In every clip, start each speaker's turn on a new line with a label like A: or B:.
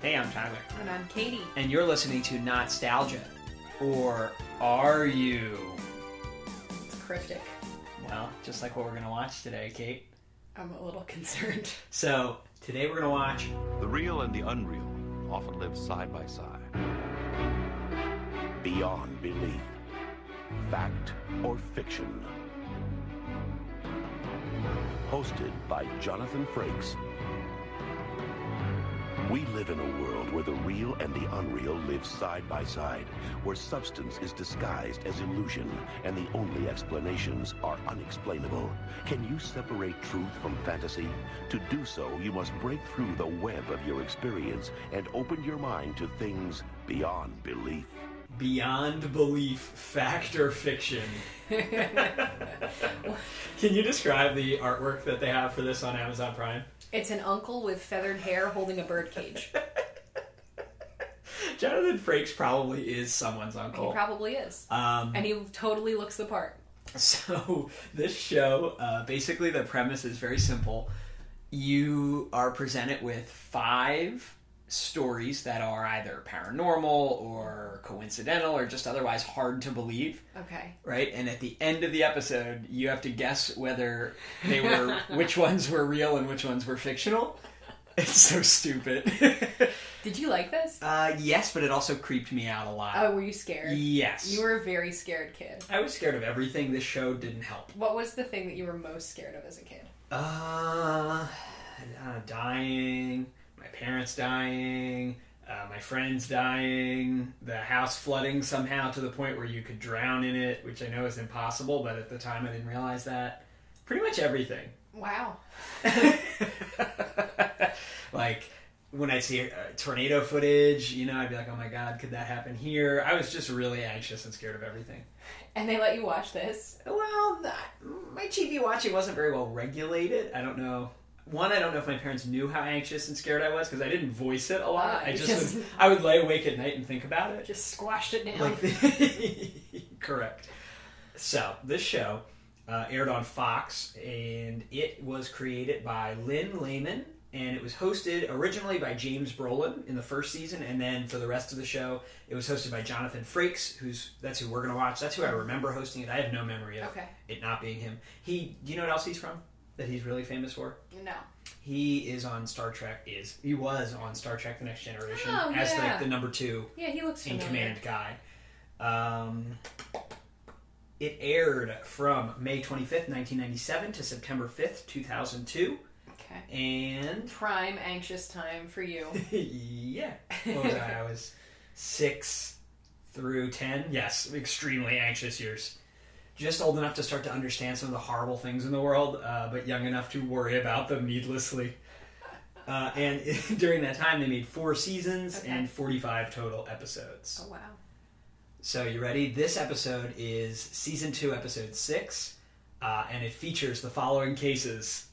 A: Hey, I'm Tyler,
B: And I'm Katie.
A: and you're listening to Nostalgia. Or are you?
B: It's cryptic.
A: Well, just like what we're going to watch today, Kate.
B: I'm a little concerned.
A: So, today we're going to watch
C: The real and the unreal often live side by side.
D: beyond belief, fact or fiction. Hosted by Jonathan Frakes. We live in a world where the real and the unreal live side by side, where substance is disguised as illusion and the only explanations are unexplainable. Can you separate truth from fantasy? To do so, you must break through the web of your experience and open your mind to things beyond belief.
A: Beyond Belief Fact or Fiction. Can you describe the artwork that they have for this on Amazon Prime?
B: It's an uncle with feathered hair holding a birdcage.
A: Jonathan Frakes probably is someone's
B: He
A: uncle.
B: probably is.
A: Um,
B: and he totally looks the part.
A: So this show, uh, basically, the premise is very simple. You are presented with five stories that are either paranormal or coincidental or just otherwise hard to believe,
B: Okay.
A: right? And at the end of the episode, you have to guess whether they were which ones were real and which ones were fictional. It's so stupid.
B: Did you like this?
A: uh, yes, but it also creeped me out a lot.
B: Oh, were you scared?
A: yes,
B: You were a very scared kid.
A: I was scared of everything. This show didn't help.
B: What was the thing that you were most scared of as a kid?
A: Uh, uh, dying, my parents dying, uh, my friends dying, the house flooding somehow to the point where you could drown in it, which I know is impossible, but at the time I didn't realize that. Pretty much everything.
B: Wow.
A: like, when I see uh, tornado footage, you know, I'd be like, oh my god, could that happen here? I was just really anxious and scared of everything.
B: And they let you watch this.
A: Well, th- my TV watching wasn't very well regulated. I don't know. One, I don't know if my parents knew how anxious and scared I was because I didn't voice it a lot.
B: Ah,
A: I
B: you
A: just,
B: just-
A: would, I would lay awake at night and think about it.
B: Just squashed it down.
A: Like, correct. So this show uh, aired on Fox, and it was created by Lynn Lehman, and it was hosted originally by James Brolin in the first season, and then for the rest of the show, it was hosted by Jonathan Frakes, who's that's who we're gonna watch. That's who I remember hosting it. I have no memory of
B: Okay.
A: it not being him. He, do you know what else he's from? That he's really famous for.
B: no.
A: He is on Star Trek. Is he was on Star Trek: The Next Generation
B: Oh,
A: as
B: yeah.
A: like the number two
B: Yeah, he looks
A: in
B: familiar.
A: command guy. Um, it aired from May 25th, 1997 to September 5th, 2002.
B: Okay.
A: And
B: Prime anxious time for you.
A: yeah, what was I? I was six through 10. Yes, extremely anxious years. Just old enough to start to understand some of the horrible things in the world, uh, but young enough to worry about them needlessly. Uh, and during that time, they made four seasons
B: Okay.
A: and 45 total episodes.
B: Oh, wow.
A: So you ready? This episode is season two, episode six, uh, and it features the following cases: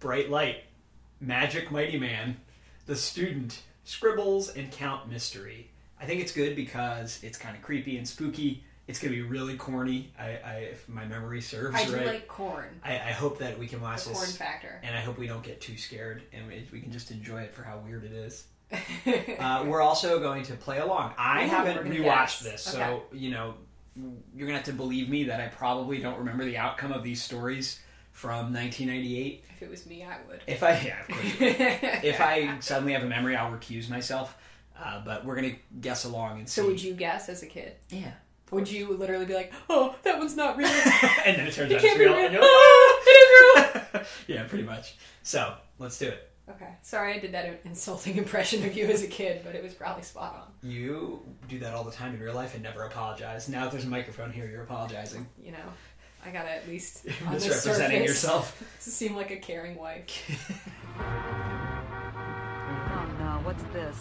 A: Bright Light, Magic Mighty Man, The Student, Scribbles, and Count Mystery. I think it's good because it's kind of creepy and spooky. It's gonna be really corny. I, I if my memory serves
B: I do
A: right.
B: like corn.
A: I, I hope that we can
B: The
A: watch
B: corn
A: this,
B: factor.
A: and I hope we don't get too scared, and we, we can just enjoy it for how weird it is. Uh, we're also going to play along. I
B: Ooh, we're
A: haven't
B: gonna
A: rewatched
B: guess.
A: this, so you know you're gonna have to believe me that I probably don't remember the outcome of these stories from 1998.
B: if it was me, I would.
A: If I yeah, of course. if I suddenly have a memory, I'll recuse myself. Uh, but we're gonna guess along and see.
B: So would you guess as a kid?
A: Yeah.
B: Would you literally be like, "Oh, that one's not real.
A: and then it turns
B: It
A: out it's
B: can't be
A: real.
B: real.
A: and you're like,
B: Ah, it is
A: "Ah!" yeah, pretty much. So let's do it.
B: real." okay. Sorry, I did that insulting impression of you as a kid, but it was probably spot on.
A: You do that all the time in real life and never apologize. Now that there's a microphone here, you're apologizing,
B: You know, I gotta at least on the
A: misrepresenting
B: surface,
A: yourself.
B: seem like a caring wife.
E: Oh no, what's this?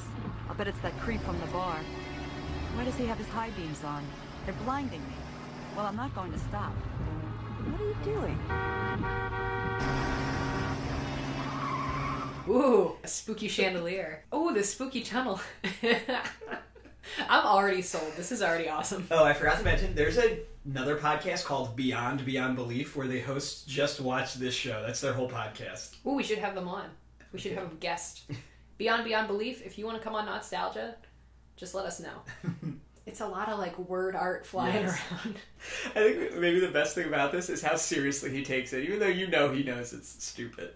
E: I'll bet it's that creep from the bar. Why does he have his high beams on? They're blinding me. Well, I'm not going to stop. What are you doing?
B: Ooh, a spooky chandelier. Ooh, the spooky tunnel. I'm already sold. This is already awesome.
A: Oh, I forgot to mention there's a, another podcast called Beyond Beyond Belief where they hosts just watch this show. That's their whole podcast.
B: Ooh, we should have them on. We should have them guest Beyond Beyond Belief, if you want to come on Nostalgia, just let us know. it's a lot of like word art flying
A: Yes.
B: around.
A: I think maybe the best thing about this is how seriously he takes it, even though you know he knows it's stupid.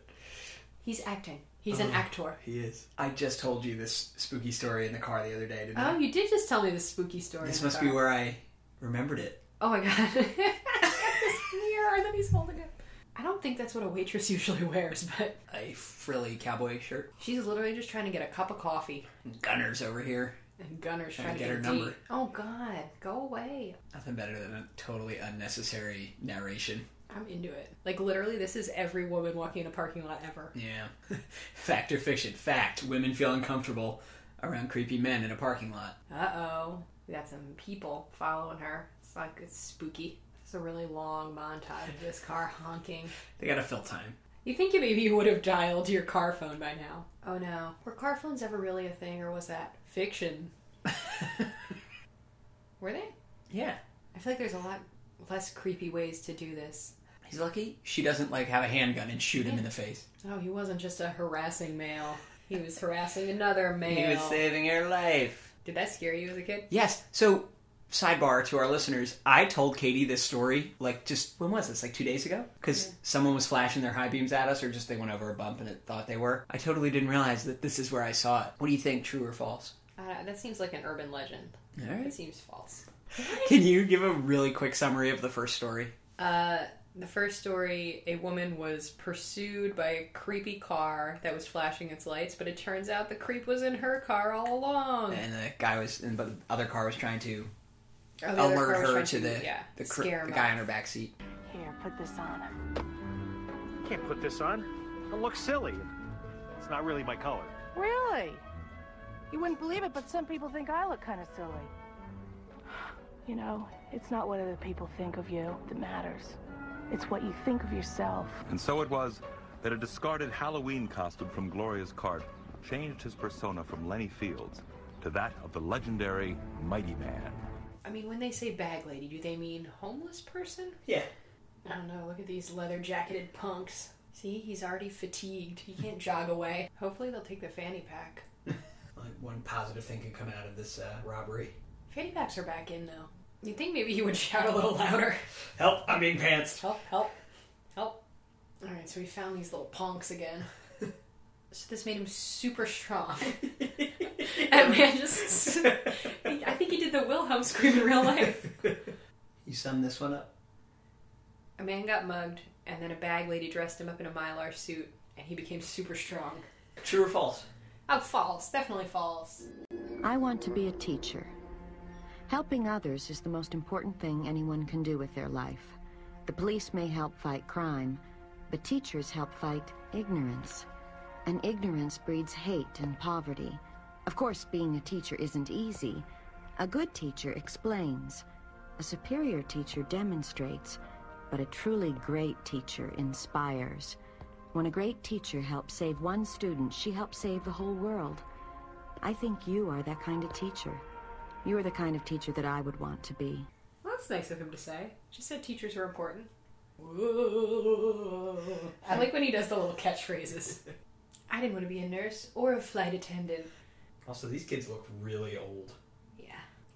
B: He's acting. He's
A: Uh-huh.
B: an actor.
A: He is. I just told you this spooky story in the car the other day, didn't I?
B: Oh, you did just tell me the spooky story.
A: This
B: in the
A: must be
B: car.
A: where I remembered it.
B: Oh my god. this mirror that he's holding up. I don't think that's what a waitress usually wears, but
A: A frilly cowboy shirt.
B: she's literally just trying to get a cup of coffee.
A: Gunners over here.
B: And Gunner's
A: Trying
B: trying
A: to
B: to get,
A: get
B: a
A: her
B: date.
A: number.
B: Oh god, go away.
A: Nothing better than a totally unnecessary narration.
B: I'm into it. Like literally this is every woman walking in a parking lot ever.
A: Yeah. Fact or fiction? Fact. Women feel uncomfortable around creepy men in a parking lot.
B: Uh-oh. We got some people following her. It's like it's spooky. It's a really long montage of this car honking.
A: They gotta fill time.
B: You think you maybe would have dialed your car phone by now. Oh no. Were car phones ever really a thing or was that fiction? Were they?
A: Yeah.
B: I feel like there's a lot less creepy ways to do this.
A: He's lucky she doesn't like have a handgun and shoot him in the face.
B: Oh, he wasn't just a harassing male. He was harassing another male.
A: saving her life.
B: Did that scare you as a kid?
A: Yes. So, sidebar to our listeners, I told Katie this story like just when was this? Like two days ago? Because someone was flashing their high beams at us, or just they went over a bump and it thought they were. I totally didn't realize that this is where I saw it. What do you think? True or false?
B: Uh, that seems like an urban legend.
A: All right.
B: It seems false.
A: Can you give a really quick summary of the first story?
B: Uh, the first story a woman was pursued by a creepy car that was flashing its lights, but it turns out the creep was in her car all along.
A: And the guy was, and but the other car was trying to
B: Or Oh, the other car
A: alert
B: was
A: her
B: trying
A: to the
B: yeah,
A: the, cr-
B: scare
A: the
B: him
A: guy
B: off.
A: in her back seat.
E: Here, put this on him.
F: Can't put this on. It'll look silly. It's not really my color.
E: Really? You wouldn't believe it, but some people think I look kind of silly.
G: You know, it's not what other people think of you that matters. It's what you think of yourself.
C: And so it was that a discarded Halloween costume from Gloria's cart changed his persona from Lenny Fields to that of the legendary Mighty Man.
B: I mean, when they say bag lady, do they mean homeless person?
A: Yeah.
B: I don't know. Look at these leather jacketed punks. See, he's already fatigued. He can't jog away. Hopefully, they'll take the fanny pack.
A: Like one positive thing could come out of this uh, robbery.
B: Fanny packs are back in though. You would think maybe he would shout a little louder?
A: Help! I'm being pants.
B: Help! Help! Help! All right, so we found these little punks again. so this made him super strong. that man just. I think he did the Wilhelm scream in real life.
A: You sum this one up.
B: A man got mugged, and then a bag lady dressed him up in a mylar suit, and he became super strong.
A: True or false?
B: Oh, false. Definitely false.
H: I want to be a teacher. Helping others is the most important thing anyone can do with their life. The police may help fight crime, but teachers help fight ignorance. And ignorance breeds hate and poverty. Of course, being a teacher isn't easy. A good teacher explains, a superior teacher demonstrates, but a truly great teacher inspires. When a great teacher helps save one student, she helps save the whole world. I think you are that kind of teacher. You are the kind of teacher that I would want to be.
B: Well, that's nice of him to say. Just said teachers are important. Whoa. I like when he does the little catchphrases. I didn't want to be a nurse or a flight attendant.
A: Also, these kids look really old.
B: Yeah.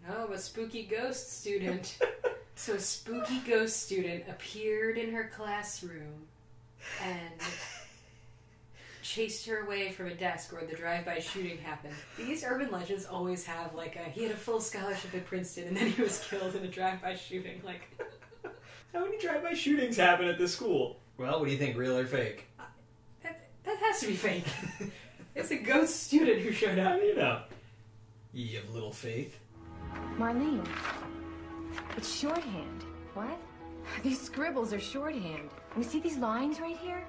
B: Oh, a spooky ghost student. so a spooky ghost student appeared in her classroom and chased her away from a desk where the drive-by shooting happened. These urban legends always have like a he had a full scholarship at Princeton and then he was killed in a drive-by shooting. Like
A: How many drive-by shootings happen at this school? Well, what do you think, real or fake?
B: that, that has to be fake. it's a ghost student who showed up.
A: do you know? Ye of little faith.
H: Marlene, it's shorthand. What? These scribbles are shorthand. You see these lines right here?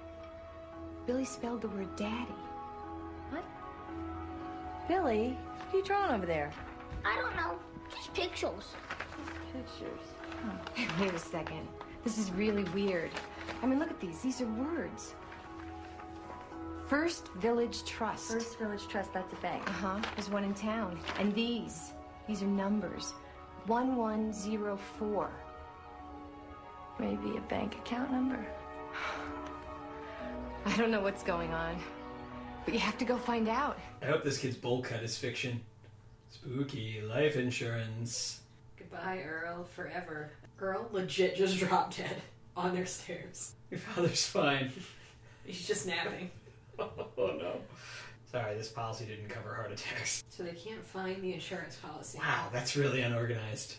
H: Billy spelled the word daddy. What? Billy, what are you drawing over there?
I: I don't know. Just pictures.
H: Pictures. Wait a second. This is really weird. I mean, look at these. These are words. First Village Trust.
I: First Village Trust, that's a bank.
H: Uh
G: Uh-huh.
H: huh. There's one in town. And these, these are numbers 1104.
G: Maybe a bank account number.
H: I don't know what's going on.
J: But you have to go find out.
A: I hope this kid's bowl cut is fiction. Spooky life insurance.
B: Goodbye, Earl, forever. Earl legit just dropped dead on their stairs.
A: Your father's fine.
B: He's just napping.
A: oh no. Sorry, this policy didn't cover heart attacks.
B: So they can't find the insurance policy.
A: Wow, that's really unorganized.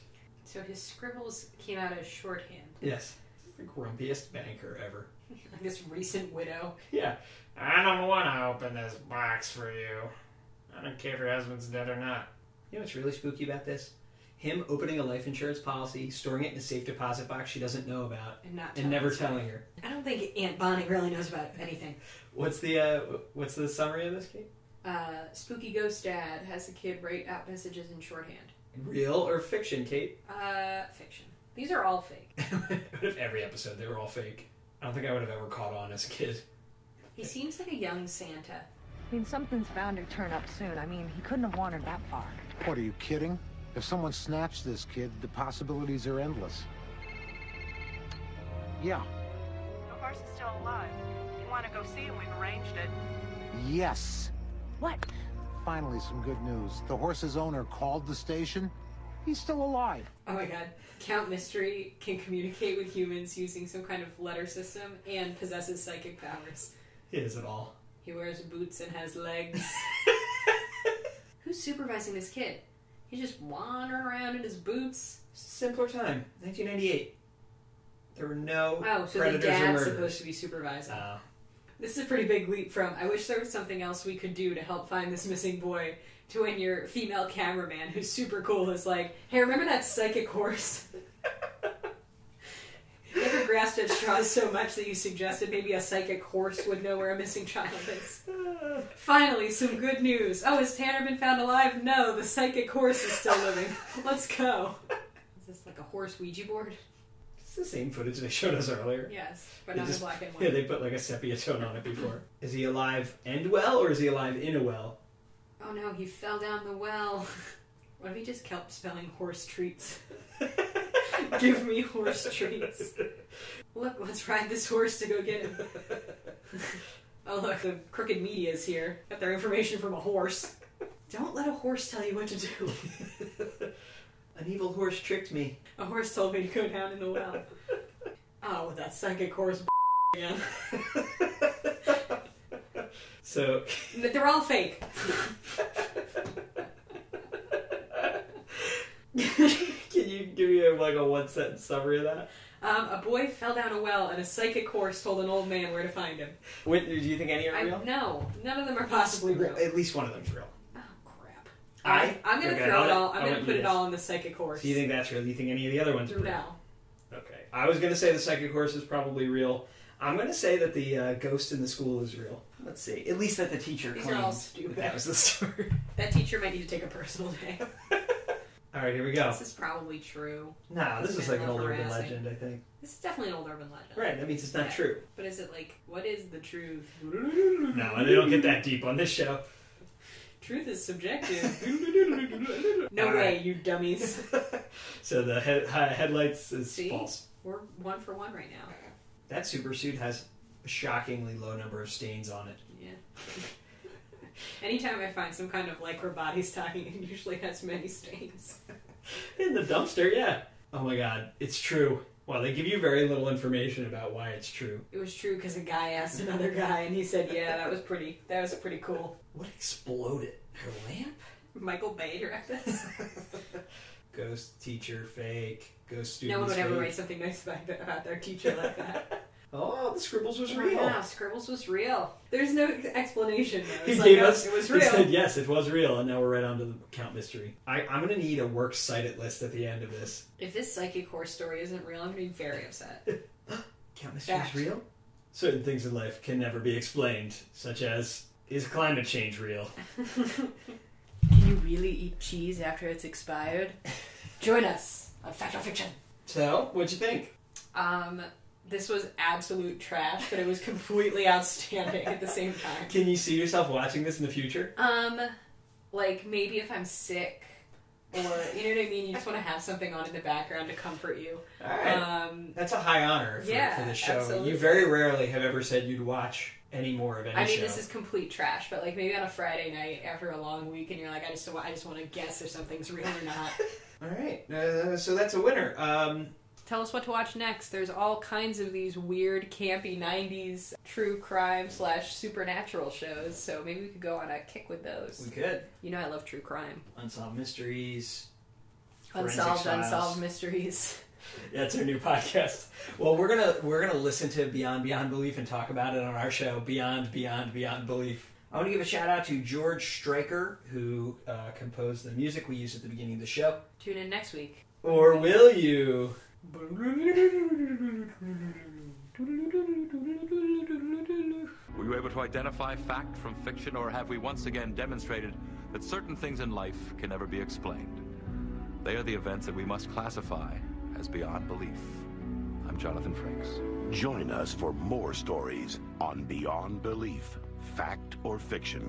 B: So his scribbles came out as shorthand.
A: Yes. The grumpiest banker ever.
B: Like this recent widow.
A: Yeah. I don't want to open this box for you. I don't care if your husband's dead or not. You know what's really spooky about this? Him opening a life insurance policy, storing it in a safe deposit box she doesn't know about,
B: And not
A: and never
B: telling us.
A: telling her.
B: I don't think Aunt Bonnie really knows about anything.
A: What's the uh, what's the summary of this, Kate?
B: Uh, spooky ghost dad has the kid write out messages in shorthand.
A: Real or fiction, Kate?
B: Uh, fiction. These are all fake.
A: what if every episode they were all fake? I don't think I would have ever caught on as a kid.
B: He seems like a young Santa.
E: I mean, something's bound to turn up soon. I mean, he couldn't have wandered that far.
K: What are you kidding? If someone snaps this kid, the possibilities are endless. Yeah.
L: The horse is still alive. You want to go see him? We've arranged it.
K: Yes.
E: What?
K: Finally, some good news. The horse's owner called the station. He's still alive.
B: Oh my god. Count Mystery can communicate with humans using some kind of letter system and possesses psychic powers.
A: He is it all.
B: He wears boots and has legs. Who's supervising this kid? He's just wandering around in his boots.
A: Simpler time. 1998. There were no
B: Oh, so the
A: predators or
B: dad's
A: murderers.
B: supposed to be supervising.
A: Oh.
B: This is a pretty big leap from I wish there was something else we could do to help find this missing boy to when your female cameraman who's super cool is like, hey, remember that psychic horse? you ever grasped at straws so much that you suggested maybe a psychic horse would know where a missing child is? Finally, some good news. Oh, has Tanner been found alive? No, the psychic horse is still living. Let's go. Is this like a horse Ouija board?
A: It's the same footage they showed us earlier.
B: Yes, but
A: They
B: not in
A: just-
B: black and white.
A: Yeah, they put like a sepia tone on it before. is he alive and well, or is he alive in a well?
B: Oh no, he fell down the well. What if he just kept spelling horse treats? Give me horse treats. Look, let's ride this horse to go get him. oh look, the crooked media's here. Got their information from a horse. Don't let a horse tell you what to do.
A: An evil horse tricked me.
B: A horse told me to go down in the well. Oh, that psychic horse again.
A: So
B: They're all fake.
A: Can you give me a, like a one sentence summary of that?
B: Um, a boy fell down a well and a psychic horse told an old man where to find him.
A: What, do you think any are
B: I,
A: real?
B: no, none of them are possibly real.
A: At least one of them's real.
B: Oh crap!
A: I-
B: I'm gonna
A: Okay,
B: throw
A: I'll
B: it
A: let-
B: all. I'm
A: I'll
B: gonna
A: let
B: put
A: you
B: it
A: guess.
B: all in the psychic horse.
A: So you think that's real? Do you think any of the other ones are real?
B: No.
A: Okay. I was gonna say the psychic horse is probably real. I'm gonna say that the uh, ghost in the school is real. Let's see. At least that the teacher
B: These are
A: claims
B: all
A: that,
B: stupid.
A: that was the story.
B: That teacher might need to take a personal day.
A: all right, here we go.
B: This is probably true.
A: Nah, this is like an
B: Love
A: old urban
B: harassing.
A: legend, I think.
B: This is definitely an old urban legend.
A: Right. That means it's not
B: Yeah.
A: true.
B: But is it like what is the truth?
A: No, they don't get that deep on this show.
B: Truth is subjective. no
A: All
B: way,
A: right.
B: you dummies.
A: So the head, hi- headlights is
B: See?
A: false.
B: We're one for one right now.
A: That supersuit has a shockingly low number of stains on it.
B: Yeah. Anytime I find some kind of lycra body stocking, it usually has many stains.
A: In the dumpster, yeah. Oh my god, it's true. Well, they give you very little information about why it's true.
B: It was true because a guy asked another guy, and he said, "Yeah, that was pretty. That was pretty cool."
A: What exploded? Her lamp?
B: Michael Bay directed this.
A: Ghost teacher fake. Ghost student.
B: no one would ever
A: fake.
B: write something nice about, about their teacher like that.
A: Oh, the scribbles was real.
B: Wow, Scribbles was real. There's no explanation. Though.
A: He
B: It's
A: gave
B: like, oh,
A: us.
B: It was
A: He said
B: real.
A: yes, it was real, and now we're right on to the count mystery. I, I'm gonna need a works cited list at the end of this.
B: If this psychic horse story isn't real, I'm gonna be very upset.
A: Count mystery is
B: Fact.
A: real. Certain things in life can never be explained, such as is climate change real?
B: Can you really eat cheese after it's expired? Join us on Fact or Fiction.
A: So, what'd you think?
B: Um, this was absolute trash, but it was completely outstanding at the same time.
A: Can you see yourself watching this in the future?
B: Um, like maybe if I'm sick, or you know what I mean. You just want to have something on in the background to comfort you.
A: All right.
B: Um,
A: That's a high honor for,
B: Yeah,
A: for the show.
B: absolutely.
A: You very rarely have ever said you'd watch any more of any
B: I mean,
A: show.
B: this is complete trash, but like maybe on a Friday night after a long week, and you're like, I just, wa- I just want to guess if something's real or not.
A: All right, uh, so that's a winner. Um,
B: Tell us what to watch next. There's all kinds of these weird, campy '90s true crime slash supernatural shows, so maybe we could go on a kick with those.
A: we could
B: You know, I love true crime,
A: unsolved mysteries. Forensic
B: unsolved,
A: Files.
B: unsolved mysteries.
A: That's our new podcast. Well, we're gonna we're gonna listen to Beyond Beyond Belief and talk about it on our show, Beyond Beyond Beyond Belief. I want to give a shout out to George Stryker, who uh, composed the music we used at the beginning of the show.
B: Tune in next week.
A: Or will you?
C: Were you able to identify fact from fiction, or have we once again demonstrated that certain things in life can never be explained? They are the events that we must classify as beyond belief. I'm Jonathan Franks.
D: Join us for more stories on Beyond Belief Fact or Fiction.